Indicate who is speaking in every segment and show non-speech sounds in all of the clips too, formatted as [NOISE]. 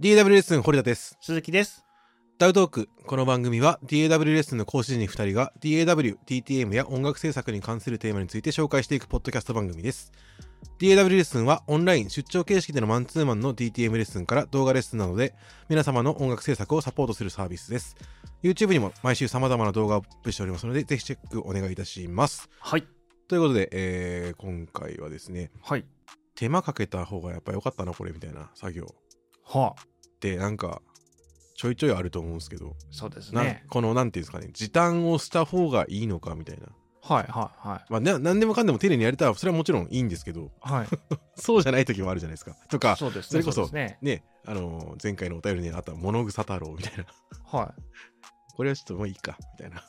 Speaker 1: DAW レッスン堀田です。
Speaker 2: 鈴木です。
Speaker 1: ダウトーク。この番組は DAW レッスンの講師陣2人が DAW、DTM や音楽制作に関するテーマについて紹介していくポッドキャスト番組です。DAW レッスンはオンライン出張形式でのマンツーマンの DTM レッスンから動画レッスンなどで皆様の音楽制作をサポートするサービスです。YouTube にも毎週様々な動画をアップしておりますのでぜひチェックお願いいたします。
Speaker 2: はい。
Speaker 1: ということで、えー今回はですね、
Speaker 2: はい。
Speaker 1: 手間かけた方がやっぱ良かったなこれみたいな作業
Speaker 2: はあ。
Speaker 1: ってなんかちょいちょいあると思うんですけど、
Speaker 2: そうです
Speaker 1: な
Speaker 2: ね。
Speaker 1: このなんていうんですかね時短をした方がいいのかみたいな、
Speaker 2: はいはいは
Speaker 1: まあ、な何でもかんでも丁寧にやれたらそれはもちろんいいんですけど
Speaker 2: い。はい。
Speaker 1: そうじ [LAUGHS] ゃない時もあるじゃないですかとか
Speaker 2: そうです
Speaker 1: そ
Speaker 2: ね。
Speaker 1: れこそ
Speaker 2: うですね。
Speaker 1: ねあのー前回のお便りにあった「物草太郎」みたいな [LAUGHS]
Speaker 2: は
Speaker 1: これはちょっともういいかみたいな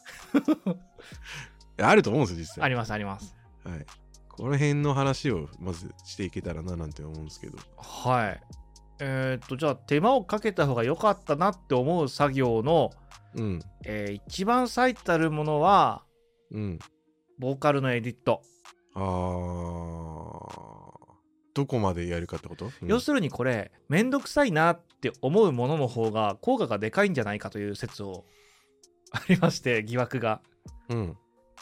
Speaker 1: あると思うんですよ実
Speaker 2: い。
Speaker 1: 際
Speaker 2: ありますあります。
Speaker 1: はい、この辺の話をまずしていけたらななんて思うんですけど
Speaker 2: はい。えーっと、じゃあ手間をかけた方が良かったなって思う作業の、
Speaker 1: うん
Speaker 2: えー一番最たるものは、
Speaker 1: うん
Speaker 2: ボーカルのエディット。
Speaker 1: あーどこまでやるかってこと、うん
Speaker 2: 要するにこれ、めんどくさいなって思うものの方が効果がでかいんじゃないかという説をありまして、疑惑が。
Speaker 1: うん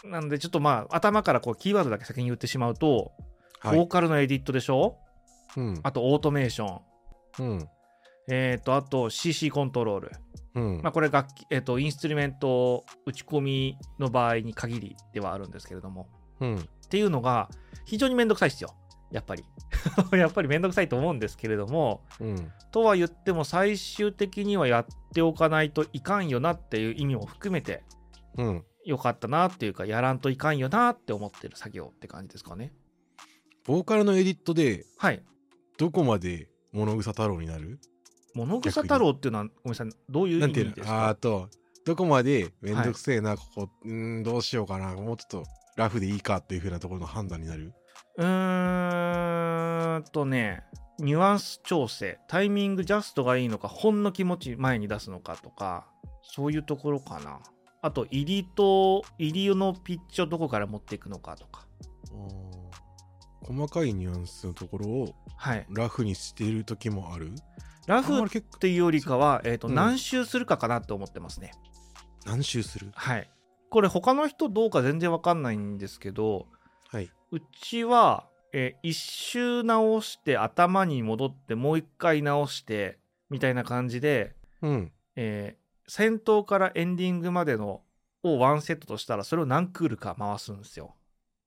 Speaker 2: なので、ちょっとまあ、頭からこうキーワードだけ先に言ってしまうと、
Speaker 1: は
Speaker 2: ボー
Speaker 1: い
Speaker 2: カルのエディットでしょ
Speaker 1: うん
Speaker 2: あとオートメーション、
Speaker 1: うん
Speaker 2: えー、とあと CC コントロール、
Speaker 1: うん
Speaker 2: まあ、これ楽器、えー、とインストゥルメント打ち込みの場合に限りではあるんですけれども
Speaker 1: うん
Speaker 2: っていうのが非常にめんどくさいですよやっぱり [LAUGHS] やっぱりめんどくさいと思うんですけれども
Speaker 1: うん
Speaker 2: とは言っても最終的にはやっておかないといかんよなっていう意味も含めて
Speaker 1: うん
Speaker 2: よかったなっていうかやらんといかんよなって思ってる作業って感じですかね
Speaker 1: ボーカルのエディットで
Speaker 2: はい
Speaker 1: どこまで物草太郎になる
Speaker 2: 物草太郎っていうのはごめんなさいどういう意
Speaker 1: なん
Speaker 2: 味
Speaker 1: てい
Speaker 2: で
Speaker 1: うの
Speaker 2: す
Speaker 1: あー
Speaker 2: か
Speaker 1: あとどこまでめんどくせえな、ここうーんどうしようかなもうちょっとラフでいいかっていうふうなところの判断になる
Speaker 2: うーんとね、ニュアンス調整、タイミングジャストがいいのか、ほんの気持ち前に出すのかとか、そういうところかな。あと、入りと、入りのピッチをどこから持っていくのかとか。
Speaker 1: 細かいニュアンスのところを
Speaker 2: はい。
Speaker 1: ラフにしている時もある
Speaker 2: ラ
Speaker 1: あん
Speaker 2: フ
Speaker 1: ま
Speaker 2: っ
Speaker 1: り結構
Speaker 2: ていうよりかは、えっ、と、
Speaker 1: うん
Speaker 2: 何周するかかなって思ってますね。
Speaker 1: 何周する
Speaker 2: はい。これ、他の人どうか全然わかんないんですけど、
Speaker 1: はい、
Speaker 2: うちは、えー一周直して頭に戻って、もう一回直して、みたいな感じで、
Speaker 1: うん、
Speaker 2: えー先頭からエンディングまでのをワンセットとしたらそれを何クールか回すんですよ。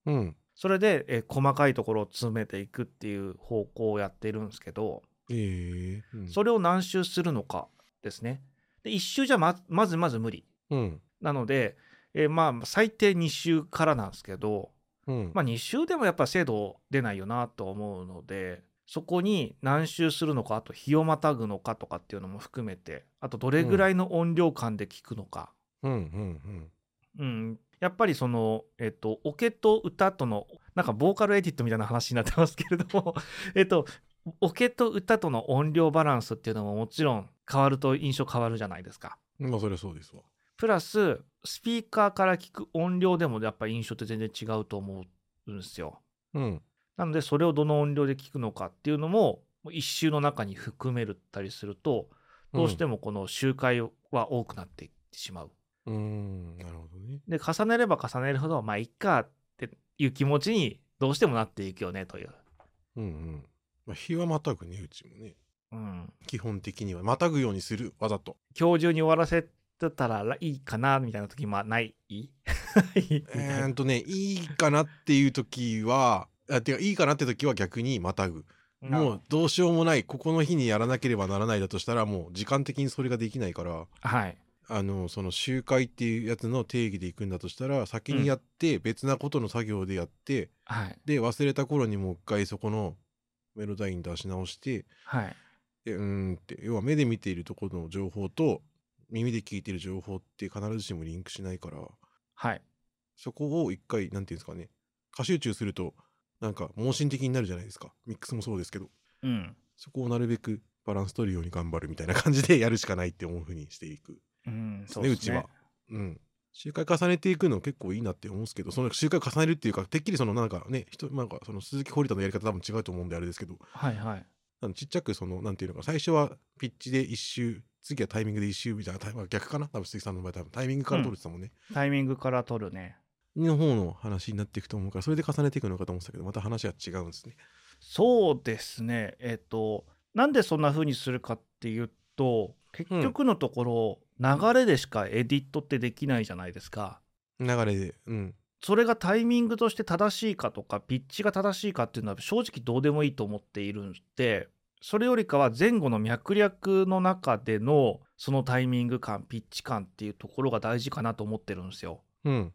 Speaker 1: うん
Speaker 2: それで、えー細かいところを詰めていくっていう方向をやっているんですけど、
Speaker 1: ええうん
Speaker 2: それを何周するのかですね。で1周じゃままずまず無理。
Speaker 1: うん
Speaker 2: なので、えーまあ最低2周からなんですけど、
Speaker 1: うん
Speaker 2: まあ、2周でもやっぱ精度出ないよなと思うのでそこに何周するのかあと日をまたぐのかとかっていうのも含めてあとどれぐらいの音量感で聞くのか、
Speaker 1: うんうん
Speaker 2: うん、やっぱりその、えっと、オケと歌とのなんかボーカルエディットみたいな話になってますけれども [LAUGHS] えっとオケと歌との音量バランスっていうのももちろん変わると印象変わるじゃないですか。
Speaker 1: うんまあそれはそうですわ
Speaker 2: プラススピーカーから聞く音量でもやっぱ印象って全然違うと思うんですよ。
Speaker 1: うん
Speaker 2: なのでそれをどの音量で聞くのかっていうのももう一周の中に含めるったりするとどうしてもこの周回は多くなっていってしまう。
Speaker 1: うんうんなるほどね
Speaker 2: で重ねれば重ねるほどまあいっかっていう気持ちにどうしてもなっていくよねという。
Speaker 1: うんうんまあ日はまたぐねうちもね
Speaker 2: うん、
Speaker 1: 基本的にはまたぐようにするわざと
Speaker 2: 今日中に終わらせてたらいいかなみたいな時もないみたい
Speaker 1: [LAUGHS] えー
Speaker 2: な
Speaker 1: っとねいいかなっていう時はあてかいいかなって時は逆にまたぐも
Speaker 2: うん
Speaker 1: うどうしようもないここの日にやらなければならないだとしたらもう時間的にそれができないから
Speaker 2: はい
Speaker 1: あのその集会っていうやつの定義でいくんだとしたら先にやって別なことの作業でやって、
Speaker 2: はい
Speaker 1: で忘れた頃にもう一回そこのメロダイン出し直して
Speaker 2: はい
Speaker 1: でうーんって要は目で見ているところの情報と耳で聞いている情報って必ずしもリンクしないから
Speaker 2: はい
Speaker 1: そこを一回なんていうんですかね過集中するとなんか盲信的になるじゃないですかミックスもそうですけど
Speaker 2: うん
Speaker 1: そこをなるべくバランス取るように頑張るみたいな感じでやるしかないって思うふうにしていく
Speaker 2: うん
Speaker 1: そうですねうちはうん周回重ねていくの結構いいなって思うんですけどその周回重ねるっていうかてっきりそのなんかね人なんかその鈴木堀田のやり方多分違うと思うんであれですけど
Speaker 2: はいはい
Speaker 1: あのちっちゃくそのなんていうのか最初はピッチで1周次はタイミングで1周みたいなタイまあ逆かな多分鈴木さんの場合多分タイミングから取れてたもんね、
Speaker 2: タイミングから取るね
Speaker 1: の方の話になっていくと思うからそれで重ねていくのかと思ってたけどまた話は違うんですね
Speaker 2: そうですねえっ、となんでそんな風にするかっていうと結局のところ、流れでしかエディットってできないじゃないですか
Speaker 1: 流れでうん
Speaker 2: それがタイミングとして正しいかとかピッチが正しいかっていうのは正直どうでもいいと思っているんでそれよりかは前後の脈略の中でのそのタイミング感ピッチ感っていうところが大事かなと思ってるんですよ。
Speaker 1: うん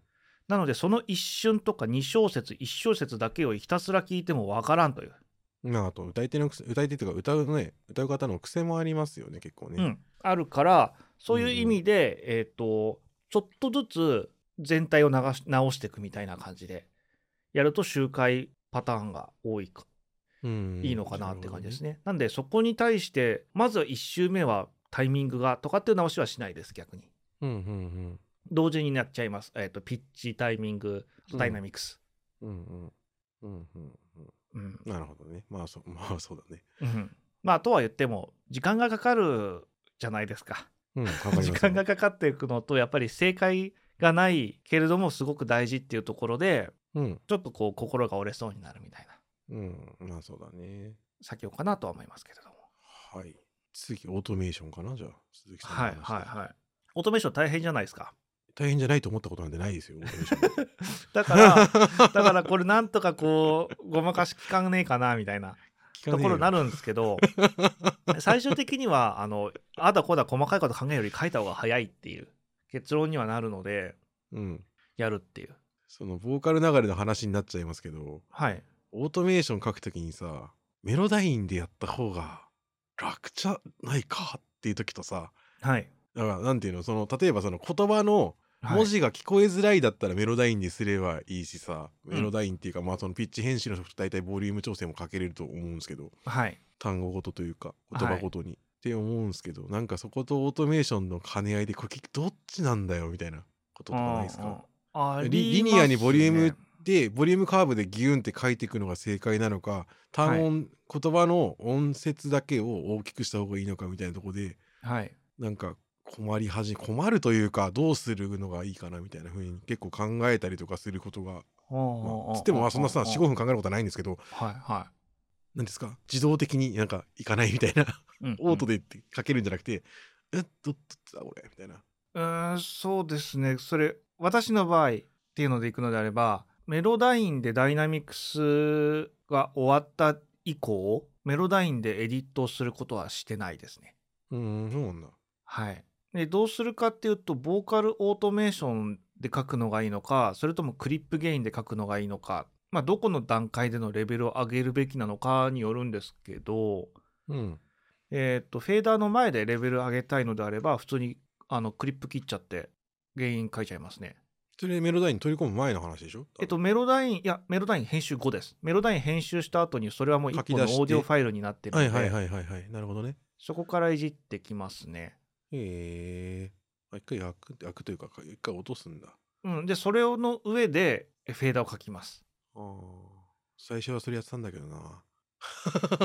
Speaker 2: なのでその一瞬とか2小節1小節だけをひたすら聞いてもわからんという、
Speaker 1: まああと歌い手の癖歌い手というか歌うね歌う方の癖もありますよね結構ね、
Speaker 2: うんあるからそういう意味で、えっ、とちょっとずつ全体を流し直していくみたいな感じでやると周回パターンが多いか
Speaker 1: うん
Speaker 2: いいのかなって感じですね。なんでそこに対してまずは1周目はタイミングがとかっていう直しはしないです逆に。
Speaker 1: なるほどねうん
Speaker 2: 同時になっちゃいます。えっ、とピッチタイミング
Speaker 1: うん
Speaker 2: ダイナミクス。
Speaker 1: うんうんうんうんうんうん
Speaker 2: うん
Speaker 1: なるほどねまあそまあそうだね
Speaker 2: うんまあとは言っても時間がかかるじゃないですか。 [LAUGHS]
Speaker 1: うんわかります
Speaker 2: 時間がかかっていくのとやっぱり正解がないけれどもすごく大事っていうところで
Speaker 1: うん
Speaker 2: ちょっとこう心が折れそうになるみたいな
Speaker 1: うんまあそうだね
Speaker 2: 作業かなとは思いますけれども。
Speaker 1: はい次オートメーションかなじゃあ鈴木さんの
Speaker 2: はい
Speaker 1: 話
Speaker 2: はいはい。オートメーション大変じゃないですか。
Speaker 1: 大変じゃないと思ったことなんてないですよオートメーシ
Speaker 2: [LAUGHS]
Speaker 1: ョン
Speaker 2: だからだからこれなんとかこうごまかし効かねえかなみたいな
Speaker 1: 聞
Speaker 2: と
Speaker 1: かねえ
Speaker 2: ころ
Speaker 1: よ
Speaker 2: になるんですけど最終的にはあのあだこだ細かいこと考えるより書いた方が早いっていう結論にはなるので
Speaker 1: うん
Speaker 2: やるっていう
Speaker 1: そのボーカル流れの話になっちゃいますけど
Speaker 2: はい
Speaker 1: オートメーション書くときにさメロダインでやった方が楽じゃないかっていう時とさ
Speaker 2: はい、
Speaker 1: だからなんていうのその例えばその言葉の
Speaker 2: はい
Speaker 1: 文字が聞こえづらいだったらメロダインですればいいしさ、
Speaker 2: うん
Speaker 1: メロダインっていうかまあそのピッチ編集のソフト大体ボリューム調整もかけれると思うんですけど
Speaker 2: はい、
Speaker 1: 単語ごとというか
Speaker 2: い
Speaker 1: 言葉ごとに、って思うんですけどなんかそことオートメーションの兼ね合いでこれどっちなんだよみたいなこととかないですか
Speaker 2: あーあ
Speaker 1: リ
Speaker 2: ります
Speaker 1: リニアにボリューム
Speaker 2: ね
Speaker 1: でボリュームカーブでギュンって書いていくのが正解なのか単音、言葉の音節だけを大きくした方がいいのかみたいなとこで
Speaker 2: はい
Speaker 1: なんか困り始め困るというかどうするのがいいかなみたいな風に結構考えたりとかすることが、まあ、つってもまあそんなさ45
Speaker 2: 分
Speaker 1: 分考えることはないんですけど
Speaker 2: はいは
Speaker 1: 何ですか自動的になんかいかないみたいな
Speaker 2: い、うん
Speaker 1: オートでって書けるんじゃなくて「えっどっちだ俺」みたいな。
Speaker 2: うーんそうですねそれ私の場合っていうのでいくのであればメロダインでダイナミクスが終わった以降メロダインでエディットをすることはしてないですね
Speaker 1: うーんそうなんだ。
Speaker 2: はいでどうするかっていうとボーカルオートメーションで書くのがいいのかそれともクリップゲインで書くのがいいのかまあどこの段階でのレベルを上げるべきなのかによるんですけど
Speaker 1: うん
Speaker 2: えーっとフェーダーの前でレベル上げたいのであれば普通にあのクリップ切っちゃって原因書いちゃいますね
Speaker 1: それメロダインに取り込む前の話でしょ
Speaker 2: えっと、メロダイン、いや、メロダイン編集後です。メロダイン編集した後に、それはもう
Speaker 1: 書
Speaker 2: 一
Speaker 1: き
Speaker 2: 個の
Speaker 1: 出して
Speaker 2: オーディオファイルになってる
Speaker 1: は
Speaker 2: ので、
Speaker 1: いはいはいはいはいなるほどね。
Speaker 2: そこからいじってきますね。
Speaker 1: へえ。あ一回開く開くというか一回落とすんだ。
Speaker 2: うん、で、それの上で、えフェーダーを書きます。
Speaker 1: あー最初はそれやってたんだけどな [LAUGHS]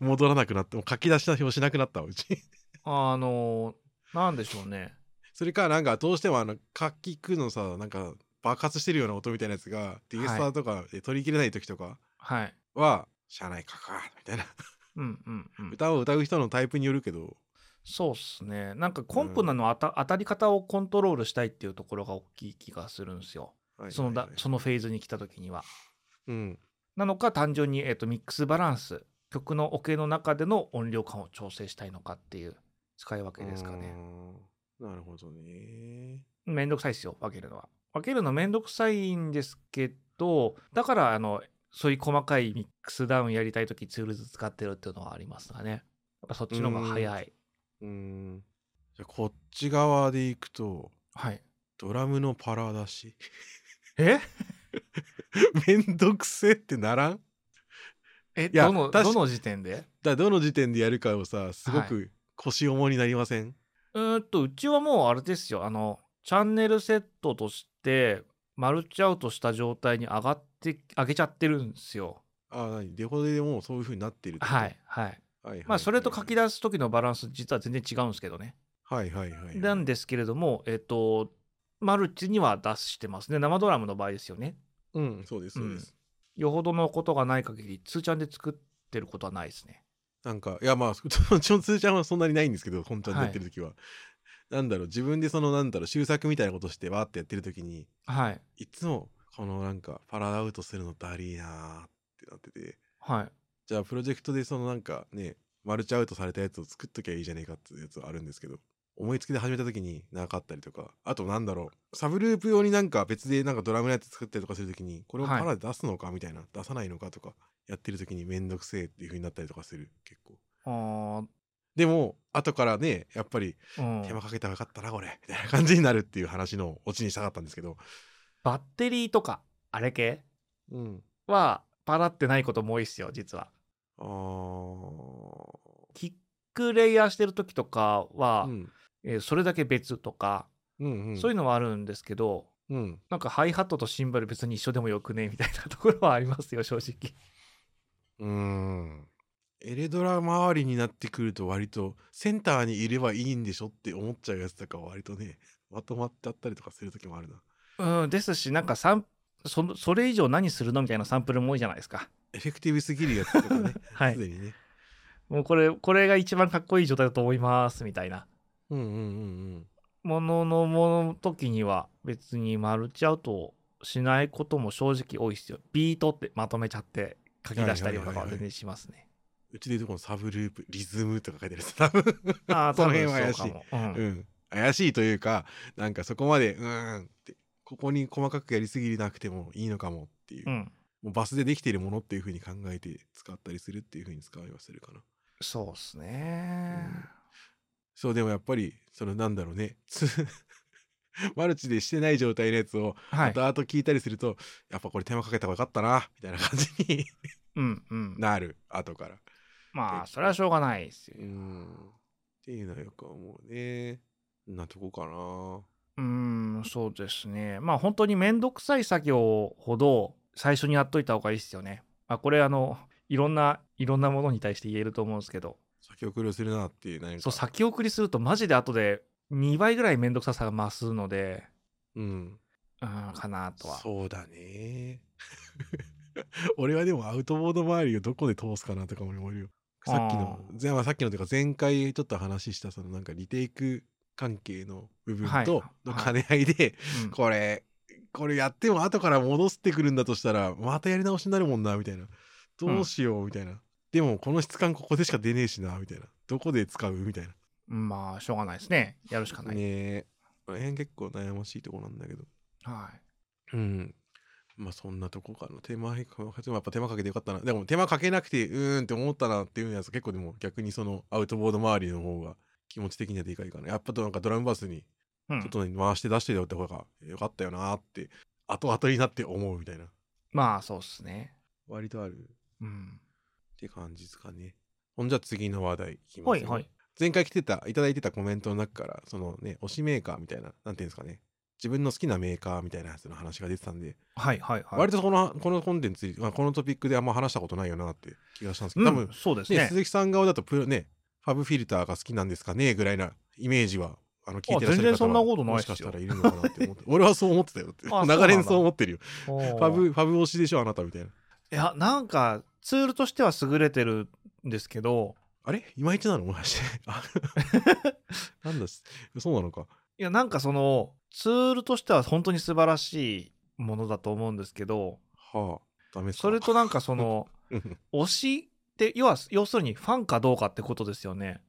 Speaker 1: 戻らなくなってもう書き出しの表しなくなったわうち [LAUGHS]
Speaker 2: あのーなんでしょうね。
Speaker 1: それからなんかどうしてもあの書きくのさなんか爆発してるような音みたいなやつがディエスターとかで取り切れない時とか
Speaker 2: はい。
Speaker 1: は「しゃあないかか」みたいな
Speaker 2: うんうんうん。
Speaker 1: 歌を歌う人のタイプによるけど
Speaker 2: そうっすね。なんか、コンポなのあた、当たり方をコントロールしたいっていうところが大きい気がするんですよ。そのだそのフェーズに来た時には。
Speaker 1: うん
Speaker 2: なのか、単純に、えっとミックスバランス、曲のオケの中での音量感を調整したいのかっていう使い分けですかね。
Speaker 1: うーんなるほどね
Speaker 2: めんどくさいですよ分けるのは分けるのめんどくさいんですけどだからあのそういう細かいミックスダウンやりたい時ツールズ使ってるっていうのはありますがねやっぱそっちの方が早いう
Speaker 1: ーんじゃあこっち側でいくと
Speaker 2: はい
Speaker 1: ドラムのパラ出し [LAUGHS]
Speaker 2: え
Speaker 1: めんどくせえってならん
Speaker 2: え
Speaker 1: いや
Speaker 2: どの
Speaker 1: 確
Speaker 2: どの時点で
Speaker 1: だからどの時点でやるかをさすごく腰重になりません、
Speaker 2: うーんとうちはもうあれですよあのチャンネルセットとしてマルチアウトした状態に上がって上げちゃってるんですよ
Speaker 1: ああ、何デフォでもうそういう風になってるってこと
Speaker 2: はい。はい。
Speaker 1: はいはい
Speaker 2: まあそれと書き出す時のバランス実は全然違うんですけどね。
Speaker 1: はいはいはいはい。
Speaker 2: なんですけれども、えっと、マルチには出してますね。生ドラムの場合ですよね。
Speaker 1: うん、そうです、そうです。
Speaker 2: よほどのことがない限り、通ちゃんで作ってることはないですね。
Speaker 1: なんか、いやまあ、 [LAUGHS] うちの通ちゃんはそんなにないんですけど、本当に
Speaker 2: はい
Speaker 1: やってる時は。なんだろう、自分でその、なんだろう、修作みたいなことして、わーってやってる時に、
Speaker 2: はい。
Speaker 1: いつも、このなんか、パラアウトするのだりーなーってなってて、
Speaker 2: はい。
Speaker 1: じゃあ、プロジェクトでそのなんかね、マルチアウトされたやつを作っときゃいいじゃねえかっていうやつはあるんですけど、思いつきで始めた時になかったりとか、あとなんだろう、サブループ用になんか別でなんかドラムのやつ作ったりとかする時に、これを
Speaker 2: はい
Speaker 1: パラで出すのかみたいな、出さないのかとか、やってる時にめんどくせえっていう風になったりとかする、結構。
Speaker 2: あー
Speaker 1: でも、後からね、やっぱり、
Speaker 2: うん
Speaker 1: 手間かけたらよかったな、これ、みたいな感じになるっていう話のオチにしたかったんですけど、
Speaker 2: バッテリーとか、あれ系
Speaker 1: うん。
Speaker 2: は、パラってないことも多いっすよ、実は。
Speaker 1: あー
Speaker 2: キックレイヤーしてる時とかは、
Speaker 1: うん。
Speaker 2: えーそれだけ別とか、
Speaker 1: うんうん。
Speaker 2: そういうのはあるんですけど、
Speaker 1: うん。
Speaker 2: なんかハイハットとシンバル別に一緒でもよくねみたいなところはありますよ、正直。
Speaker 1: うーん。エレドラ周りになってくると割とセンターにいればいいんでしょって思っちゃうやつとかは割とね [LAUGHS] まとまっちゃったりとかする時もあるな
Speaker 2: うん、ですし、なんかサンそのそれ以上何するのみたいなサンプルも多いじゃないです [LAUGHS] か。
Speaker 1: エフェクティブすぎるやつとかね
Speaker 2: [LAUGHS] はい
Speaker 1: すでにね
Speaker 2: もうこれ、これが一番かっこいい状態だと思います、みたいな。
Speaker 1: うんうんうん
Speaker 2: もののもの時には別にマルチアウトをしないことも正直多いですよ。ビートってまとめちゃって書き出したりとかは全然しますね。
Speaker 1: うちでいうとこのサブループリズムとか書いてあるやつ多分
Speaker 2: ああ、
Speaker 1: そ
Speaker 2: 多
Speaker 1: の
Speaker 2: 分
Speaker 1: 辺は怪
Speaker 2: そうか
Speaker 1: しい
Speaker 2: も。うん
Speaker 1: うん怪しいというかなんかそこまでうーんってここに細かくやりすぎなくてもいいのかもっていう,、
Speaker 2: うん、
Speaker 1: もうバスでできているものっていうふうに考えて使ったりするっていうふうに使いはするかな
Speaker 2: そうですね。
Speaker 1: そうでもやっぱりそのなんだろうねつ [LAUGHS] マルチでしてない状態のやつを
Speaker 2: はい。
Speaker 1: ダーッと聞いたりすると、やっぱこれ手間かけた方がよかったなみたいな感じに [LAUGHS]
Speaker 2: うんうん。
Speaker 1: なる後から
Speaker 2: まあ、それはしょうがないですよ
Speaker 1: う。んっていうのはよく思うねそんなとこかな
Speaker 2: うーん、そうですね。まあ、本当にめんどくさい作業ほど最初にやっといた方がいいですよね。まあ、これ、あの、いろんな、いろんなものに対して言えると思うんですけど、
Speaker 1: 先送りをするなっていう何か
Speaker 2: そう、先送りするとマジで後で2倍ぐらいめんどくささが増すので、
Speaker 1: うん
Speaker 2: うーん、かなとは。
Speaker 1: そうだね [LAUGHS] 俺はでもアウトボード周りをどこで通すかなとかも思えるよさっきの
Speaker 2: あ
Speaker 1: 前さっきのというか前回ちょっと話したそのなんかリテイク関係の部分
Speaker 2: はい
Speaker 1: との兼ね合いで、
Speaker 2: うん
Speaker 1: これこれやっても後から戻してくるんだとしたらまたやり直しになるもんなみたいなどうしようみたいな、でもこの質感ここでしか出ねえしなみたいなどこで使うみたいな
Speaker 2: まあ、しょうがないですね。やるしかない。
Speaker 1: ねえこの辺結構悩ましいところなんだけど
Speaker 2: はい。
Speaker 1: うん。まあそんなとこかな。手間かやっぱ手間かけてよかったな。でも手間かけなくてうーんって思ったなっていうやつ結構でも逆にそのアウトボード周りの方が気持ち的にはでかいかな。やっぱとなんかドラムバスに
Speaker 2: うん
Speaker 1: ちょっとね回して出してよって方がよかったよなーって後々になって思うみたいな。
Speaker 2: まあ、そうですね。
Speaker 1: 割とあるっ
Speaker 2: うん。
Speaker 1: て感じですかね。ほんじゃ次の話題いきま
Speaker 2: は
Speaker 1: す
Speaker 2: い
Speaker 1: よ
Speaker 2: はい。
Speaker 1: 前回来てたいただいてたコメントの中からそのね推しメーカーみたいななんていうんですかね自分の好きなメーカーみたいなやつの話が出てたんで
Speaker 2: はいはいはい。
Speaker 1: 割とこのこのコンテンツ、まあこのトピックであんま話したことないよなって気がしたんですけ
Speaker 2: うん、
Speaker 1: ど、多分、ね
Speaker 2: そうですね。
Speaker 1: 鈴木さん側だとプロ、ね、ファブフィルターが好きなんですかねぐらいなイメージは、あの聞いてらっしゃ
Speaker 2: あ全
Speaker 1: る
Speaker 2: 然そ
Speaker 1: 方
Speaker 2: んなこと
Speaker 1: は
Speaker 2: ない
Speaker 1: も
Speaker 2: っ
Speaker 1: し
Speaker 2: すよ
Speaker 1: かしたらいるのかなって思って、俺はそう思ってたよって、
Speaker 2: [LAUGHS] あそうなんだ
Speaker 1: 長年そう思ってるよ。
Speaker 2: お
Speaker 1: フ
Speaker 2: ー
Speaker 1: ァブ、ファブ推しでしょ、あなたみたいな。
Speaker 2: いや、なんかツールとしては優れてるんですけど、
Speaker 1: あれいまいちなのもしかして。あ [LAUGHS] なんだっす、そうなのか。
Speaker 2: いや、なんかそのツールとしては本当に素晴らしいものだと思うんですけど、
Speaker 1: はあ、ダメっすか
Speaker 2: それとなんかその、
Speaker 1: うん
Speaker 2: 推しって、要は、要するにファンかどうかってことですよね。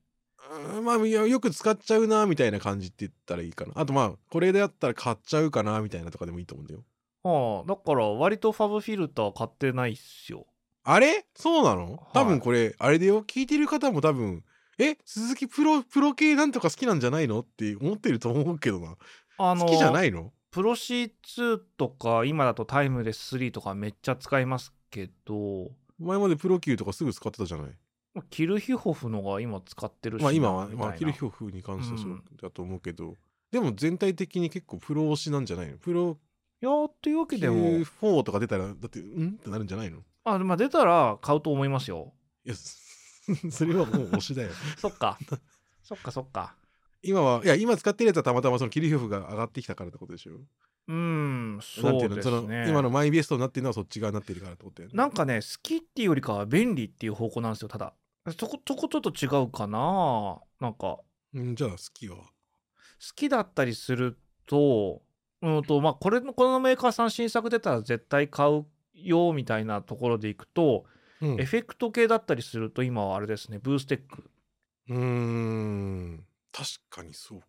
Speaker 1: うんまあいやよく使っちゃうなみたいな感じって言ったらいいかなあとまあこれだったら買っちゃうかなみたいなとかでもいいと思うんだよ
Speaker 2: はあ、だから割とファブフィルター買ってないっすよ。
Speaker 1: あれそうなの、
Speaker 2: い
Speaker 1: 多分これあれでよ聞いてる方も多分え鈴木プロプロ系なんとか好きなんじゃないのって思ってると思うけどな、
Speaker 2: あの、
Speaker 1: 好きじゃないの
Speaker 2: プロ C2 とか、今だとタイムレス3とかめっちゃ使いますけど、
Speaker 1: 前までプロ級とかすぐ使ってたじゃない
Speaker 2: まあキルヒホフのが今使ってるしな。
Speaker 1: まあ今は、
Speaker 2: みたい
Speaker 1: ま
Speaker 2: な
Speaker 1: あ、キルヒョフに関してはそううんだと思うけど、でも全体的に結構プロ推しなんじゃないのプロ
Speaker 2: いやーっていうわけ
Speaker 1: 級
Speaker 2: でも。
Speaker 1: 4とか出たらだってうんってなるんじゃないの
Speaker 2: あ、まあ、出たら買うと思いますよ。
Speaker 1: いや、 [LAUGHS] それはもう推しだよ。
Speaker 2: そっ
Speaker 1: [LAUGHS]
Speaker 2: か。そっかそっか。
Speaker 1: 今は、いや、今使ってるやつはたまたまそのキリヒョフが上がってきたからってことでしょ。
Speaker 2: うーん、
Speaker 1: なんて
Speaker 2: そ
Speaker 1: いうう
Speaker 2: で
Speaker 1: の、
Speaker 2: す
Speaker 1: そ
Speaker 2: ね。
Speaker 1: の、今のマイベストになってるのはそっち側になってるからってことだよね。
Speaker 2: なんかね、好きっていうよりかは便利っていう方向なんですよ、ただ。そこ、そこちょっと違うかななんか、好
Speaker 1: うん、じゃあ、好きは。
Speaker 2: きだったりすると、うんと、まあ、これの、このメーカーさん新作出たら絶対買うよ、みたいなところでいくと、
Speaker 1: うん。
Speaker 2: エフェクト系だったりすると、今はあれですね、ブーステック。
Speaker 1: うーん、確かにそうか。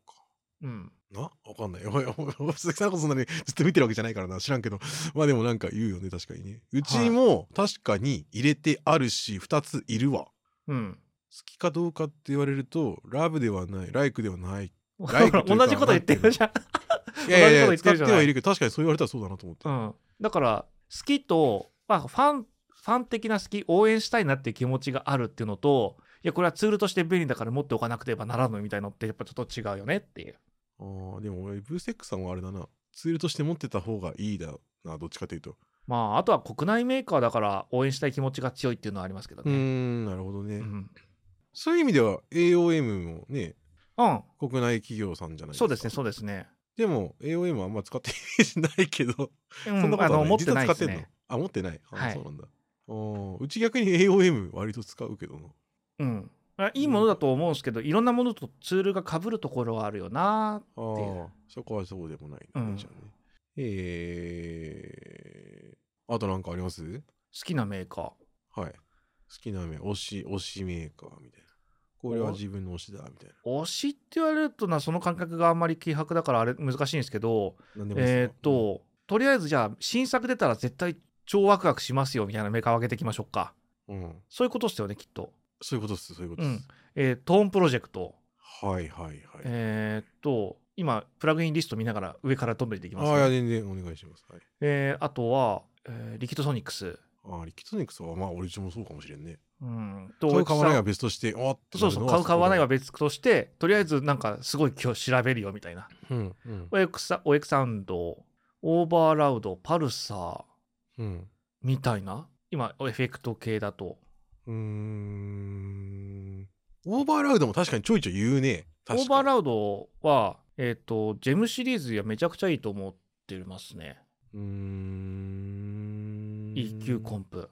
Speaker 2: うん。
Speaker 1: なわかんない。おいおい鈴木さんのことそんなにずっと見てるわけじゃないからな。知らんけど。まあでもなんか言うよね、確かにね。うちも確かに入れてあるし、2ついるわ。好
Speaker 2: うん。
Speaker 1: きかどうかって言われると、ラブではない、ライクではない。ライクというか
Speaker 2: [LAUGHS] 同じこと言ってるじゃん。
Speaker 1: いやいやい
Speaker 2: 同
Speaker 1: や、
Speaker 2: じこ
Speaker 1: 使
Speaker 2: と
Speaker 1: っ
Speaker 2: 言ってる
Speaker 1: て
Speaker 2: じゃない
Speaker 1: はいるけど、確かにそう言われたらそうだなと思って。
Speaker 2: うん、だから好きと、まあ、ファンファン的な好き応援したいなっていう気持ちがあるっていうのといやこれはツールとして便利だから持っておかなくてはならぬみたいなのってやっぱちょっと違うよねっていう
Speaker 1: あーでも俺、ブーセックさんはあれだな。ツールとして持ってた方がいいだな、どっちかというと。
Speaker 2: まああとは国内メーカーだから応援したい気持ちが強いっていうのはありますけど
Speaker 1: うー
Speaker 2: ね
Speaker 1: ん、なるほどね。
Speaker 2: うん、
Speaker 1: そういう意味では、AOM もね、
Speaker 2: うん
Speaker 1: 国内企業さんじゃないですか。
Speaker 2: そうですねそうですね、
Speaker 1: でも AOM はあんま使ってるイメージないけど、
Speaker 2: うん、
Speaker 1: そんなことは
Speaker 2: あの
Speaker 1: ない
Speaker 2: 持ってないです
Speaker 1: 実は使ってんの
Speaker 2: ね
Speaker 1: あ持ってないあ、
Speaker 2: はい
Speaker 1: そうなんだあーうち逆に AOM 割と使うけどな
Speaker 2: うんあいいものだと思うんですけどいろんなものとツールがかぶるところはあるよな
Speaker 1: あ
Speaker 2: ってい
Speaker 1: ー
Speaker 2: う
Speaker 1: そこはそうでもないな、
Speaker 2: うん
Speaker 1: じゃあねえー、あとなんかあります
Speaker 2: 好きなメーカー
Speaker 1: はい好きな目推し推しメーカーみたいなこれは自分の推しだみたい
Speaker 2: 推しって言われるとなその感覚があんまり希薄だからあれ難しいんですけど
Speaker 1: な何でもいいすよ
Speaker 2: えーっととりあえずじゃあ新作出たら絶対超ワクワクしますよみたいなメーカーを上げていきましょうか
Speaker 1: うん、うん
Speaker 2: そういうことですよねきっと、
Speaker 1: そういうことっすそういうこと
Speaker 2: う
Speaker 1: っ
Speaker 2: ん
Speaker 1: す、
Speaker 2: えートーンプロジェクト
Speaker 1: はいはいはい、
Speaker 2: えーっと今プラグインリスト見ながら上から飛んでいっていきます、
Speaker 1: ああいや
Speaker 2: ね
Speaker 1: 全然お願いしますはい
Speaker 2: えーあとは、えーリキッドソニックス
Speaker 1: ああリキッドネックスはまあ俺ちもそうかもしれんね
Speaker 2: うん
Speaker 1: 買う買わないは
Speaker 2: は
Speaker 1: 別として、おーって
Speaker 2: そうそう買う買わないは
Speaker 1: は。
Speaker 2: 別としてとりあえずなんかすごい今日調べるよみたいな
Speaker 1: うん、うん、
Speaker 2: オエクサオエクサウンドオーバーラウドパルサー
Speaker 1: うん。
Speaker 2: みたいな今エフェクト系だと
Speaker 1: うーん。オーバーラウドも確かにちょいちょい言うね。
Speaker 2: オ
Speaker 1: 確か
Speaker 2: ーバーラウドは、えっ、と、ジェムシリーズはめちゃくちゃいいと思ってますね。
Speaker 1: うーん。
Speaker 2: EQ コンプ。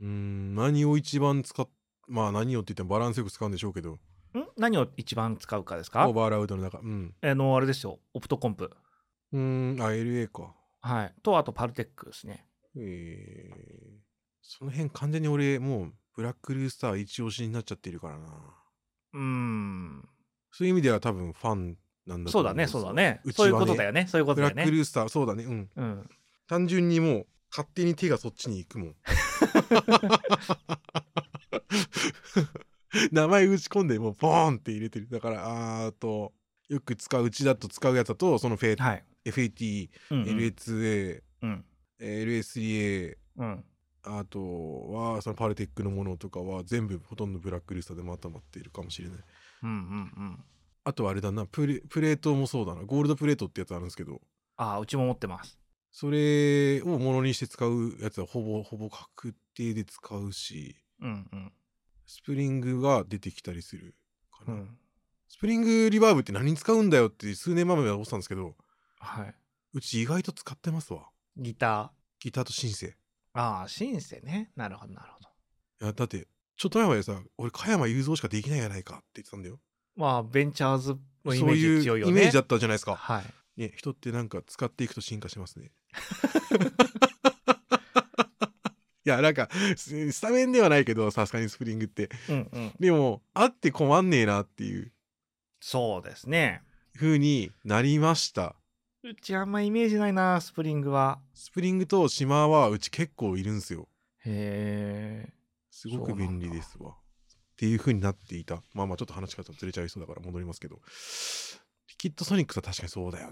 Speaker 1: うーん。何を一番使っ、まあ何をって言ってもバランスよく使うんでしょうけど、
Speaker 2: ん何を一番使うかです
Speaker 1: オ
Speaker 2: か
Speaker 1: ーバーラウドの中、うん。
Speaker 2: あの、あれですよ。オプトコンプ。
Speaker 1: うーん、あ、LA か。
Speaker 2: はい。と、あと、パルテックですね。
Speaker 1: えー、その辺完全に俺、もう、ブラックルースター一押しになっちゃってるからな。
Speaker 2: うーん。
Speaker 1: そういう意味では多分ファンなんだと
Speaker 2: そう
Speaker 1: 思
Speaker 2: だ
Speaker 1: んで
Speaker 2: ね、
Speaker 1: す
Speaker 2: そうだね。
Speaker 1: うち
Speaker 2: そ
Speaker 1: は
Speaker 2: ういうことだよね。そういうこと
Speaker 1: ブラ
Speaker 2: だよ
Speaker 1: ック
Speaker 2: ね。
Speaker 1: ルースター、そうだね、うん。
Speaker 2: うん。
Speaker 1: 単純にもう勝手に手がそっちに行くもん名前打ち込んでもうボーンって入れてるだからあーあとよく使ううちだと使うやつだとそのフェ、
Speaker 2: はい。
Speaker 1: FAT、
Speaker 2: うん、うん。
Speaker 1: LA2A、
Speaker 2: うん。
Speaker 1: LS3A
Speaker 2: うん。
Speaker 1: あとはそのパルテックのものとかは全部ほとんどブラックリストでまとまっているかもしれない
Speaker 2: うん。うん。
Speaker 1: あとはあれだなプレプレートもそうだなゴールドプレートってやつあるんですけど
Speaker 2: ああ、うちも持ってます。
Speaker 1: それをものにして使うやつはほぼほぼ確定で使うし
Speaker 2: うん。うん。
Speaker 1: スプリングが出てきたりするか
Speaker 2: う
Speaker 1: な、
Speaker 2: ん。
Speaker 1: スプリングリバーブって何に使うんだよって数年前までは思ってたんですけど
Speaker 2: はい。
Speaker 1: うち意外と使ってますわ
Speaker 2: ギタ
Speaker 1: ギターとシンセ
Speaker 2: ー。ああ、シンセね。なるほど、なるほど。
Speaker 1: いやだってちょっと前までさ俺加山雄三しかできないやないかって言ってたんだよ
Speaker 2: まあ、ベンチャーズのイ
Speaker 1: そ
Speaker 2: メ
Speaker 1: う
Speaker 2: ー
Speaker 1: い
Speaker 2: ジ強いうよね。
Speaker 1: イメージだったじゃないですか、
Speaker 2: はい。
Speaker 1: ね、人ってなんか使っていくと進化しますねいやなんかススタメンではないけどさすがにスプリングって
Speaker 2: うんうん。
Speaker 1: でもあって困んねえなっていう
Speaker 2: そうですね。
Speaker 1: 風になりました
Speaker 2: うちあんまイメージないな、スプリングは。
Speaker 1: スプリングとシマーはうち結構いるんですよ
Speaker 2: へえ。
Speaker 1: すごく
Speaker 2: そうなんだ
Speaker 1: 便利ですわっていう風になっていたまあまあちょっと話し方ずれちゃいそうだから戻りますけどリキッドソニックスは確かにそうだよ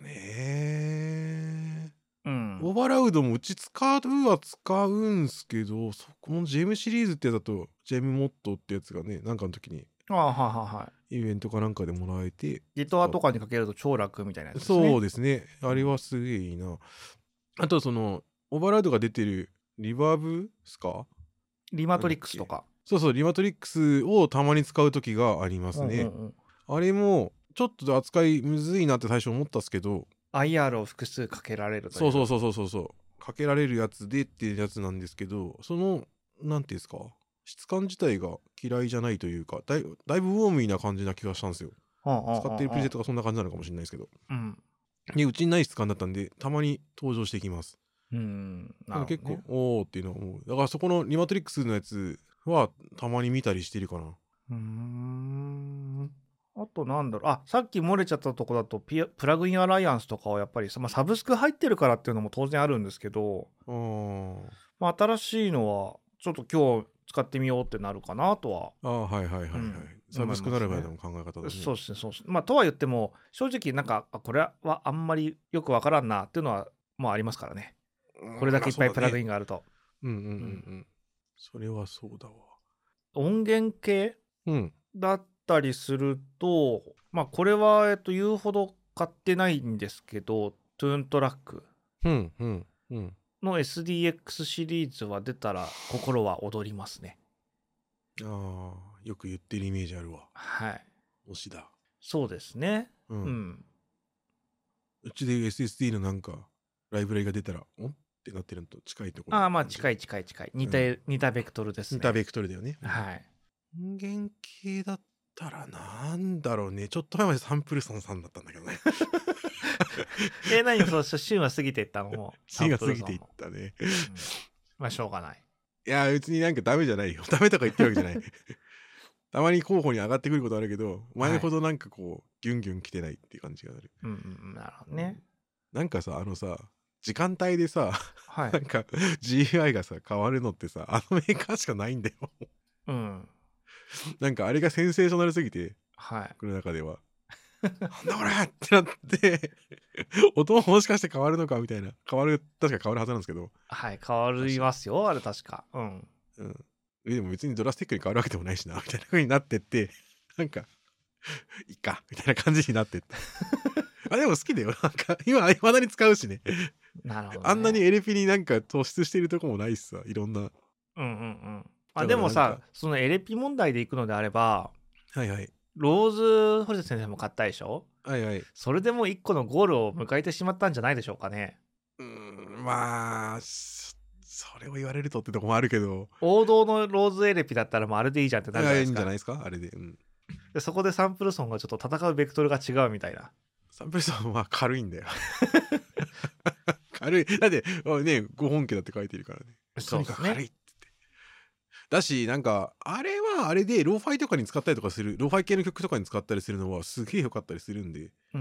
Speaker 1: ね
Speaker 2: うん。
Speaker 1: オーバーラウドもうち使うは使うんすけどそこのジェムシリーズってやつだとジェムモットってやつがねなんかの時に
Speaker 2: あはいはいはい。
Speaker 1: イベントかなんかでもらえて
Speaker 2: ギトアとかにかけると超楽みたいなやつですね。
Speaker 1: そうですね。あれはすげえいいな。あとその、オーバーライドが出てるリバーブですか
Speaker 2: リマトリックスとか。
Speaker 1: そうそうリマトリックスをたまに使う時がありますね、
Speaker 2: うんうんうん
Speaker 1: あれもちょっと扱いむずいなって最初思ったっすけど
Speaker 2: IR を複数かけられるという
Speaker 1: そうそうそうそうそうそうかけられるやつでっていうやつなんですけどそのなんていうんですか質感自体が嫌いじゃないというかだいだいぶウォーミーな感じな気がしたんですよ
Speaker 2: 使
Speaker 1: 使ってるプリセットがそんな感じなのかもしれないですけど
Speaker 2: うん
Speaker 1: でうちにない質感だったんでたまに登場してきます
Speaker 2: うん
Speaker 1: でも
Speaker 2: なる
Speaker 1: 結
Speaker 2: ほど
Speaker 1: 構
Speaker 2: ね
Speaker 1: おーっていうのは思うだからそこのリマトリックスのやつはたまに見たりしてるかな
Speaker 2: うーんあとなんだろうあさっき漏れちゃったとこだとピアプラグインアライアンスとかはやっぱりさ、まあ、サブスク入ってるからっていうのも当然あるんですけど、
Speaker 1: あー
Speaker 2: まあ、新しいのはちょっと今日使ってみようってなるかなとは、
Speaker 1: あーはいはいはいはい、
Speaker 2: うん
Speaker 1: サブスクなる前の考え方だね
Speaker 2: そうですねそうですねまあとは言っても正直なんかあこれはあんまりよくわからんなっていうのはもうありますからねこれだけいっぱいプラグイ
Speaker 1: ン
Speaker 2: ンがあると、
Speaker 1: うんうんうんうんそれはそうだわ
Speaker 2: 音源系
Speaker 1: うん
Speaker 2: だったりすると、まあ、これは、えっと、言うほど買ってないんですけど、トゥーントラック
Speaker 1: うんうんうん
Speaker 2: の SDX シリーズは出たら心は踊りますね。
Speaker 1: あーよく言ってるイメージあるわ
Speaker 2: はい。
Speaker 1: 推しだ
Speaker 2: そうですね。
Speaker 1: う、
Speaker 2: うん。
Speaker 1: うんうちで SSD のなんかライブラリが出たらおんってなってるのと近いところ
Speaker 2: ああ、まあ、近
Speaker 1: い
Speaker 2: い近い近い。似た、似たベクトルですね。
Speaker 1: 似たベクトルだよね
Speaker 2: はい。
Speaker 1: 音源系だったらなんだろうねちょっと前までサンプルソンさんだったんだけどね
Speaker 2: [LAUGHS] え、何そう、そう旬は過ぎていったの [LAUGHS] もう。
Speaker 1: 次が過ぎていっ
Speaker 2: [LAUGHS] サンプ
Speaker 1: たね
Speaker 2: ルさんもうんまあ、しょうがない。
Speaker 1: いや別になんかダメじゃないよダメとか言ってるわけじ
Speaker 2: [LAUGHS]
Speaker 1: ゃないたまに候補に上がってくることあるけど前ほどなんかこう、ギュンギュン来てないっていう感じがある
Speaker 2: うんうんうん、なるほどね。
Speaker 1: なんかさあのさ時間帯でさ、
Speaker 2: は
Speaker 1: ないん。か GI がさ変わるのってさあのメーカーしかないんだよ [LAUGHS]
Speaker 2: うん。
Speaker 1: なんかあれがセンセーショナルすぎて
Speaker 2: はい。
Speaker 1: 僕の中ではなんだこれってなって [LAUGHS] 音ももしかして変わるのかみたいな変わる確か変わるはずなんですけど、
Speaker 2: はい。変わりますよ、あれ確か。うん。
Speaker 1: うん、えでも別にドラスティックに変わるわけでもないしなみたいな風になってってなんかいっかみたいな感じになってってあでも好きだよなんか今いまだに使うしね
Speaker 2: なるほど、ね。
Speaker 1: あんなに LP になんか突出してるとこもないしさいろんな
Speaker 2: うんうんう
Speaker 1: だ
Speaker 2: ん。
Speaker 1: から
Speaker 2: あでも
Speaker 1: なん
Speaker 2: さ
Speaker 1: か、
Speaker 2: そのエレピ問題で行くのであれば、
Speaker 1: はいはい
Speaker 2: ローズ・ホリデー先生も買ったでしょ
Speaker 1: はいはい
Speaker 2: それでもう一個のゴールを迎えてしまったんじゃないでしょうかね。
Speaker 1: うーんまあそそれを言われるとってとこもあるけど
Speaker 2: 王道のローズエレピだったらもうあれでいいじゃんってなるじゃない
Speaker 1: い
Speaker 2: で
Speaker 1: い
Speaker 2: す
Speaker 1: んじ
Speaker 2: か。
Speaker 1: ゃないですかあれで、うん、
Speaker 2: でそこでサンプルソンがちょっと戦うベクトルが違うみたいな。
Speaker 1: サンプルソンは軽いんだ
Speaker 2: [LAUGHS]
Speaker 1: よ軽いだってあねご本家だって書いてるからねとにかく軽いっつってだしなんかあれはあれでローファイとかに使ったりとかするローファイ系の曲とかに使ったりするのはすげえ良かったりするんで
Speaker 2: うんうんう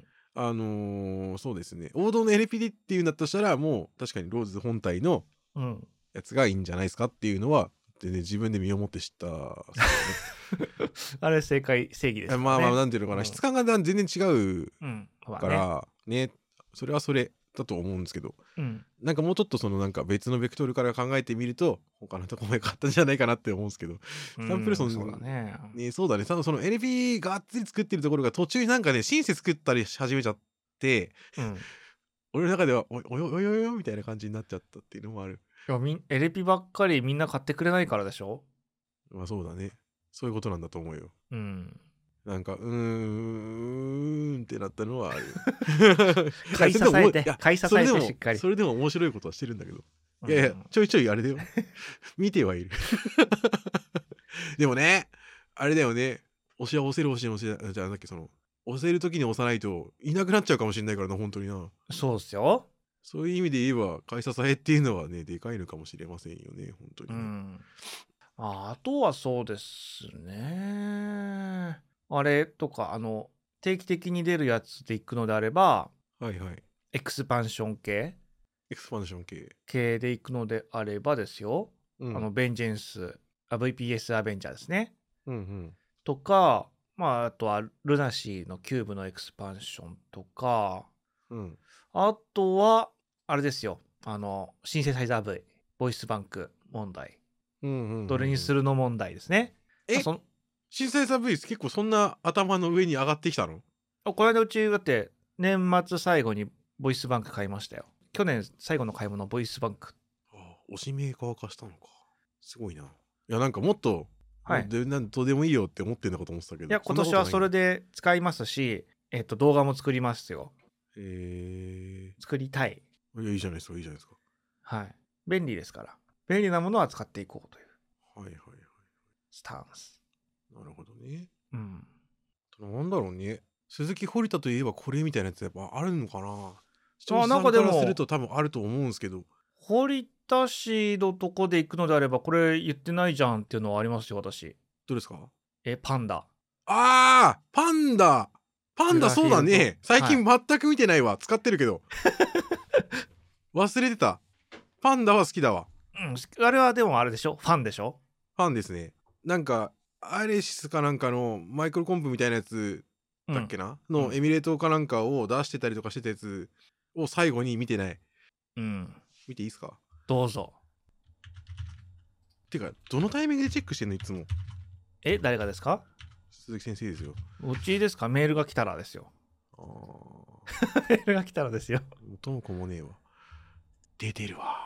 Speaker 2: ん。
Speaker 1: あのーそうですね王道の LPD っていうんだとしたらもう確かにローズ本体の
Speaker 2: うん、
Speaker 1: やつがいいんじゃないですかっていうのは全然自分で身をもって知ったっすよね
Speaker 2: あれ正解正義ですよね。
Speaker 1: まあまあなんていうのかな、
Speaker 2: うん
Speaker 1: 質感が全然違う
Speaker 2: うん、まあ
Speaker 1: か
Speaker 2: ね
Speaker 1: らねそれはそれだと思うんですけど
Speaker 2: うん、
Speaker 1: なんかもうちょっとそのなんか別のベクトルから考えてみると他のとこも良かったんじゃないかなって思うんですけど、サンプルソン
Speaker 2: うんそうだね。
Speaker 1: ね、そうだねそその LP がっつり作ってるところが途中になんかねシンセ作ったりし始めちゃって
Speaker 2: うん
Speaker 1: 俺の中ではおおよおよおよみたいな感じになっちゃったっていうのもある
Speaker 2: いやみんエレピばっかりみんな買ってくれないからでしょ
Speaker 1: まあそうだねそういうことなんだと思うよ
Speaker 2: うん。
Speaker 1: なんかうーんってなったのはあ
Speaker 2: [LAUGHS]
Speaker 1: るよ
Speaker 2: 買い支えて
Speaker 1: いや
Speaker 2: 買い支えて
Speaker 1: それでも
Speaker 2: しっかり
Speaker 1: それでも面白いことはしてるんだけど
Speaker 2: うん
Speaker 1: いやいや、ちょいちょいあれだ
Speaker 2: [LAUGHS]
Speaker 1: よ。見てはいる。 [LAUGHS] でもね、あれだよね。押しは押せる押しは押せる。じゃあ、だっけ、その、押せる時に押さないといなくなっちゃうかもしれないからな、本当にな。
Speaker 2: そうですよ。
Speaker 1: そういう意味で言えば、買い支えっていうのはね、でかいのかもしれませんよね、本当に
Speaker 2: う
Speaker 1: ね。
Speaker 2: ん、ああとはそうですねあれとかあの定期的に出るやつでいくのであれば
Speaker 1: はいはい。
Speaker 2: エクスパンション系
Speaker 1: エクスパンション系。
Speaker 2: 系でいくのであればですよ、
Speaker 1: うん、
Speaker 2: あのベンジェンスあ VPS アベンジャーですね
Speaker 1: うんうん。
Speaker 2: とかまああとはルナシーのキューブのエクスパンションとか
Speaker 1: うん。
Speaker 2: あとはあれですよあのシンセサイザー V ボイスバンク問題
Speaker 1: うんうんうん
Speaker 2: どれにするの問題ですね、
Speaker 1: え
Speaker 2: その
Speaker 1: シンセサイザー V 結構そんな頭の上に上がってきたの
Speaker 2: あこの間うちだって年末最後にボイスバンク買いましたよ去年最後の買い物ボイスバンク
Speaker 1: ああ、推しメーカー化したのか。すごいないやなんかもっと、
Speaker 2: はい
Speaker 1: でなんどうでもいいよって思ってんのかと思ってたけど
Speaker 2: いや今年はそれ
Speaker 1: で
Speaker 2: で使いますし、えっと、動画も作りますよ
Speaker 1: え
Speaker 2: 作りたい
Speaker 1: ー、いやいいじゃないですかいいじゃないですか
Speaker 2: はい便利ですから便利なものは使っていこうという
Speaker 1: はいはいは
Speaker 2: スタンス
Speaker 1: いなるほどね
Speaker 2: うん
Speaker 1: なんだろうね鈴木堀田といえばこれみたいなやつやっぱあるのかな視聴者
Speaker 2: な
Speaker 1: さ
Speaker 2: ん
Speaker 1: ん
Speaker 2: か
Speaker 1: か
Speaker 2: でも
Speaker 1: らすると多分あると思うんですけど
Speaker 2: 堀田氏のとこで行くのであればこれ言ってないじゃんっていうのはありますよ私
Speaker 1: どうですか
Speaker 2: えパンダ
Speaker 1: あーパンダパンダそうだ
Speaker 2: グラフィー
Speaker 1: ね
Speaker 2: と
Speaker 1: 最近全く見てないわ、使ってるけ
Speaker 2: [LAUGHS]
Speaker 1: ど忘れてたパンダは好きだわ
Speaker 2: うんあれはでもあれでしょファンでしょ
Speaker 1: ファンですねなんかアレシスかなんかのマイクロコンプみたいなやつだっけな、
Speaker 2: う
Speaker 1: の
Speaker 2: ん
Speaker 1: エミレートかなんかを出してたりとかしてたやつを最後に見てない
Speaker 2: うん、うん、
Speaker 1: 見ていいですか
Speaker 2: どうぞ
Speaker 1: てかどのタイミングでチェックしてんのいつも
Speaker 2: え誰がですか
Speaker 1: 鈴木先生ですよ
Speaker 2: うちですかメールが来たらですよ
Speaker 1: あー
Speaker 2: [LAUGHS] メールが来たらですよ
Speaker 1: 元も子もねえわ出てるわ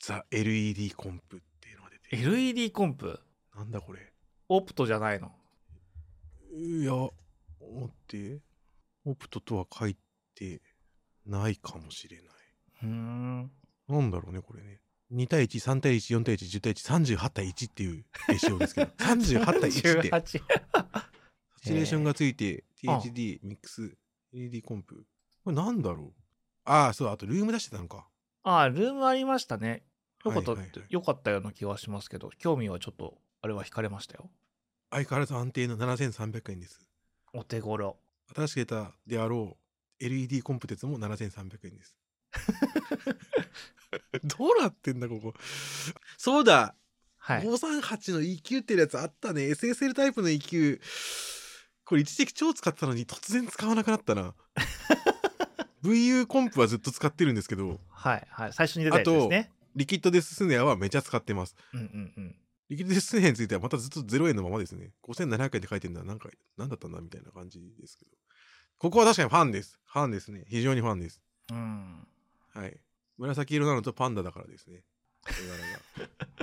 Speaker 1: ザ・ LED コンプっていうのが出てる
Speaker 2: LED コンプ
Speaker 1: なんだこれ
Speaker 2: オプトじゃないの
Speaker 1: いや待ってオプトとは書いてないかもしれない
Speaker 2: うん
Speaker 1: なんだろうねこれね2対13対14対110対138対1っていうレシオです [LAUGHS] けど38対1ってサ
Speaker 2: 18
Speaker 1: チュレーションがついて
Speaker 2: えー
Speaker 1: THD ミックス LED コンプこれなんだろうああそうあとルーム出してたのか
Speaker 2: ああルームありましたねよかった、
Speaker 1: はいはいはい
Speaker 2: よかったような気はしますけど興味はちょっとあれは惹かれましたよ
Speaker 1: 相変わらず安定の7300円です
Speaker 2: お手頃
Speaker 1: 新しく出たであろう LED コンプ鉄も7300円 [LAUGHS] です。どうなってんだここ。そうだ、
Speaker 2: はい
Speaker 1: 538の EQ ってやつあったね SSL タイプの EQ これ一時期超使ってたのに突然使わなくなった
Speaker 2: [LAUGHS]
Speaker 1: な。VU コンプはずっと使ってるんですけど
Speaker 2: はいはい最初に出たやつですね
Speaker 1: リキッドデススネアはめちゃ使ってます。
Speaker 2: うんうんうん
Speaker 1: リキッドデススネアについてはまたずっと0円のままですね。5700円って書いてるんだなんか何だったんだみたいな感じですけど。ここは確かにファンです。ファンですね。非常にファンです。
Speaker 2: うん
Speaker 1: はい。紫色なのとパンダだからですね。絵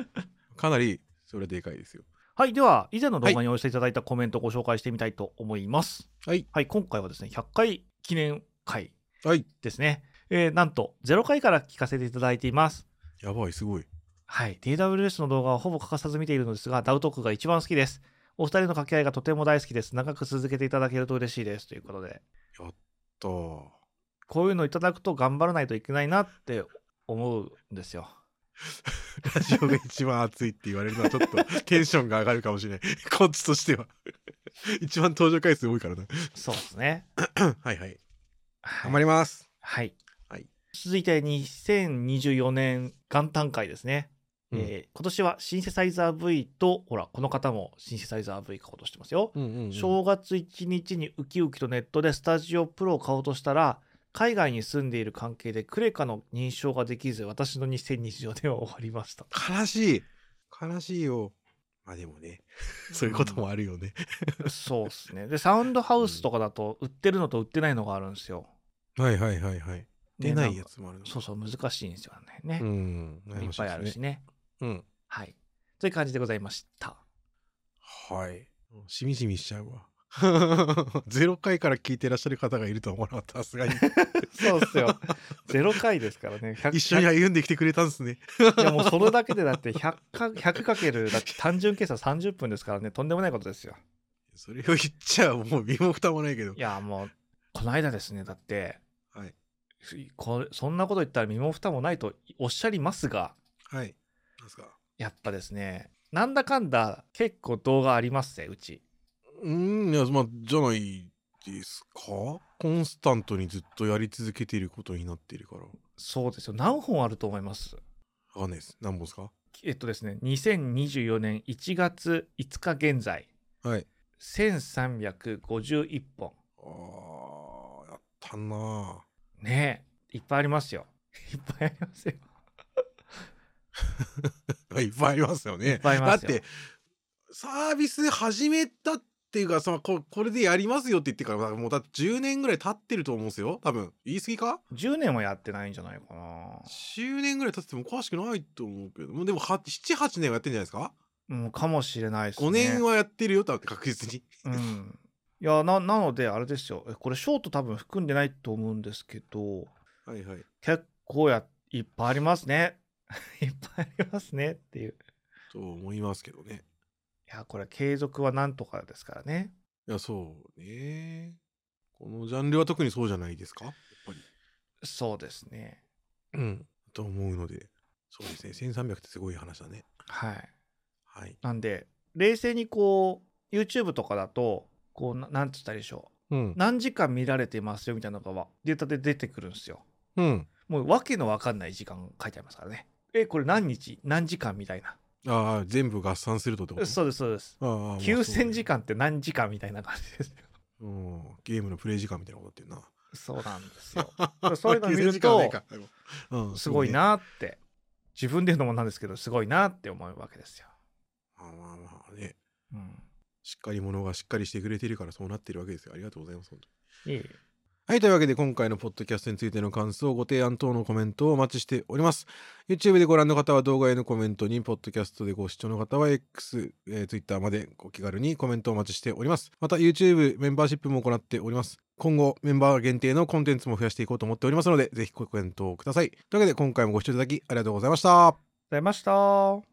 Speaker 1: 柄が
Speaker 2: [LAUGHS]
Speaker 1: かなりそれでかいですよ。
Speaker 2: はいでは以前の動画にお寄せいただいたコメントをご紹介してみたいと思います
Speaker 1: はい
Speaker 2: はい今回はですね100回記念回
Speaker 1: はい。
Speaker 2: ですね、えーなんと0回から聞かせていただいています
Speaker 1: やばい、すごい。
Speaker 2: はい、DWS の動画はほぼ欠かさず見ているのですが、ダウトークが一番好きです。お二人の掛け合いがとても大好きです。長く続けていただけると嬉しいです。ということで、
Speaker 1: と、
Speaker 2: こういうのいただくと頑張らないといけないなって思うんですよ。
Speaker 1: ラジオが一番熱いって言われるのはちょっとテンションが上がるかもしれない。 [LAUGHS] こっちとしては。 [LAUGHS] 一番登場回数多いからな。
Speaker 2: そうですね。
Speaker 1: はいはい。
Speaker 2: はい
Speaker 1: 頑張ります。
Speaker 2: はい
Speaker 1: はい
Speaker 2: 続いて2024年元旦会ですね。
Speaker 1: うん
Speaker 2: えー今年はシンセサイザー V と、ほら、この方もシンセサイザー V 買おうとしてますよ。
Speaker 1: うんうん、
Speaker 2: 正月1日にウキウキとネットでスタジオプロを買おうとしたら海外に住んでいる関係でクレカの認証ができず私の2024年は終わり
Speaker 1: [LAUGHS]
Speaker 2: ました
Speaker 1: 悲しい。悲しいよ。まあでもね、 [LAUGHS] そういうこともあるよね。
Speaker 2: そうですねでサウンドハウスとかだと売ってるのと売ってないのがあるんですよ
Speaker 1: はいはいはいはい。出
Speaker 2: ね
Speaker 1: ないや
Speaker 2: んか
Speaker 1: つもあるの。
Speaker 2: そうそう難しいんですよね
Speaker 1: う
Speaker 2: ね、
Speaker 1: ん。悩
Speaker 2: いっ
Speaker 1: まし
Speaker 2: ぱい
Speaker 1: で
Speaker 2: あ
Speaker 1: す
Speaker 2: るし
Speaker 1: ね。
Speaker 2: ね
Speaker 1: うん。
Speaker 2: はいという感じでございました
Speaker 1: はい。しみじみしちゃうわ。 [LAUGHS] ゼロ回から聞いてらっしゃる方がいるとは思わなかった。さすが [LAUGHS] に。
Speaker 2: [LAUGHS] そうっす [LAUGHS] よ0回ですからね100
Speaker 1: 一緒に歩んできてくれたんですね。
Speaker 2: いやもうそれだけでだって100か100かけるだって単純計算30分ですからねとんでもないことですよ
Speaker 1: それを言っちゃもう身も蓋もないけど
Speaker 2: い。やもうこの間ですねだって
Speaker 1: はい。
Speaker 2: こそんなこと言ったら身も蓋もないとおっしゃりますが
Speaker 1: はい。なんすか
Speaker 2: やっぱですねなんだかんだ結構動画ありますねうち
Speaker 1: うーん、いや、まあ、じゃないですかコンスタントにずっとやり続けていることになっているから。わ
Speaker 2: そうですよ何本あると思います
Speaker 1: かんないです。何本ですか
Speaker 2: えっとですね2024年1月5日現在
Speaker 1: はい。
Speaker 2: 1351本
Speaker 1: あー、やったなぁ。
Speaker 2: ねえいっぱいありますよ [LAUGHS] いっぱいありますよ
Speaker 1: いっぱいありますよね。
Speaker 2: いっぱいありますよ
Speaker 1: だってサービス始めたっていうかそのここれでやりますよって言ってからもうだって10年ぐらい経ってると思うんですよ多分言い過ぎか
Speaker 2: 10年はやってないんじゃないかな
Speaker 1: 10年ぐらい経っててもおかしくないと思うけどもうでも78年はやってんじゃないですか
Speaker 2: うんかもしれないですね
Speaker 1: 5年はやってるよ多分確実に
Speaker 2: うんいやななのであれですよえこれショート多分含んでないと思うんですけど
Speaker 1: はいはい
Speaker 2: 結構やいっぱいありますね [LAUGHS] いっぱいありますねっていう
Speaker 1: と思いますけどね
Speaker 2: いやこれ継続はなんとかですからね
Speaker 1: いやそうねこのジャンルは特にそうじゃないですかやっぱり
Speaker 2: そうですね
Speaker 1: うんと思うのでそうですね1300ってすごい話だね
Speaker 2: はい
Speaker 1: はい
Speaker 2: なんで冷静にこう YouTube とかだとこうななんつったらいいでしょ
Speaker 1: うん
Speaker 2: う何時間見られてますよみたいなのがデータで出てくるんですよ
Speaker 1: うん
Speaker 2: もう訳の分かんない時間書いてありますからねえこれ何日何時間みたいな
Speaker 1: ああ全部合算するとってこと
Speaker 2: そうですそうです
Speaker 1: ああまあそう
Speaker 2: 9000
Speaker 1: ね
Speaker 2: 時間って何時間みたいな感じですよ
Speaker 1: うんゲームのプレイ時間みたいなことってんな
Speaker 2: そうなんですよそういうの見
Speaker 1: 9000
Speaker 2: る
Speaker 1: 時間はな
Speaker 2: と
Speaker 1: いかうん
Speaker 2: すごいなって自分で言うのもなんですけどすごいなって思うわけですよ、
Speaker 1: そうねまあまあまあね
Speaker 2: うん、
Speaker 1: しっかり者がしっかりしてくれてるからそうなってるわけですよありがとうございます本当に
Speaker 2: いい
Speaker 1: はい。というわけで、今回のポッドキャストについての感想、ご提案等のコメントをお待ちしております。YouTube でご覧の方は動画へのコメントに、ポッドキャストでご視聴の方は X、えー Twitter までお気軽にコメントをお待ちしております。また YouTube メンバーシップも行っております。今後、メンバー限定のコンテンツも増やしていこうと思っておりますので、ぜひご検討ください。というわけで、今回もご視聴いただきありがとうございました。
Speaker 2: ございました